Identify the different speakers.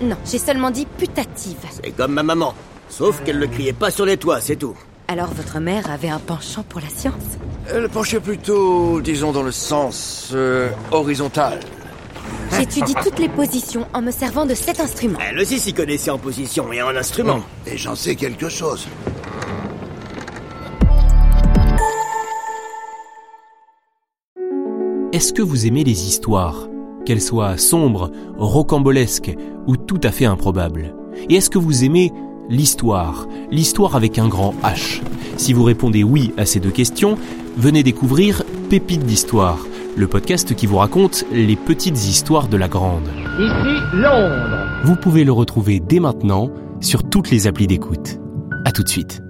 Speaker 1: Non, j'ai seulement dit putative.
Speaker 2: C'est comme ma maman. Sauf qu'elle ne criait pas sur les toits, c'est tout.
Speaker 1: Alors votre mère avait un penchant pour la science
Speaker 3: Elle penchait Euh, plutôt, disons, dans le sens euh, horizontal.
Speaker 1: J'étudie toutes les positions en me servant de cet instrument.
Speaker 2: Elle aussi s'y connaissait en position et en instrument.
Speaker 4: Et j'en sais quelque chose.
Speaker 5: Est-ce que vous aimez les histoires Qu'elles soient sombres, rocambolesques ou tout à fait improbables Et est-ce que vous aimez l'histoire L'histoire avec un grand H Si vous répondez oui à ces deux questions, venez découvrir Pépites d'Histoire, le podcast qui vous raconte les petites histoires de la grande.
Speaker 6: Ici Londres.
Speaker 5: Vous pouvez le retrouver dès maintenant sur toutes les applis d'écoute. À tout de suite.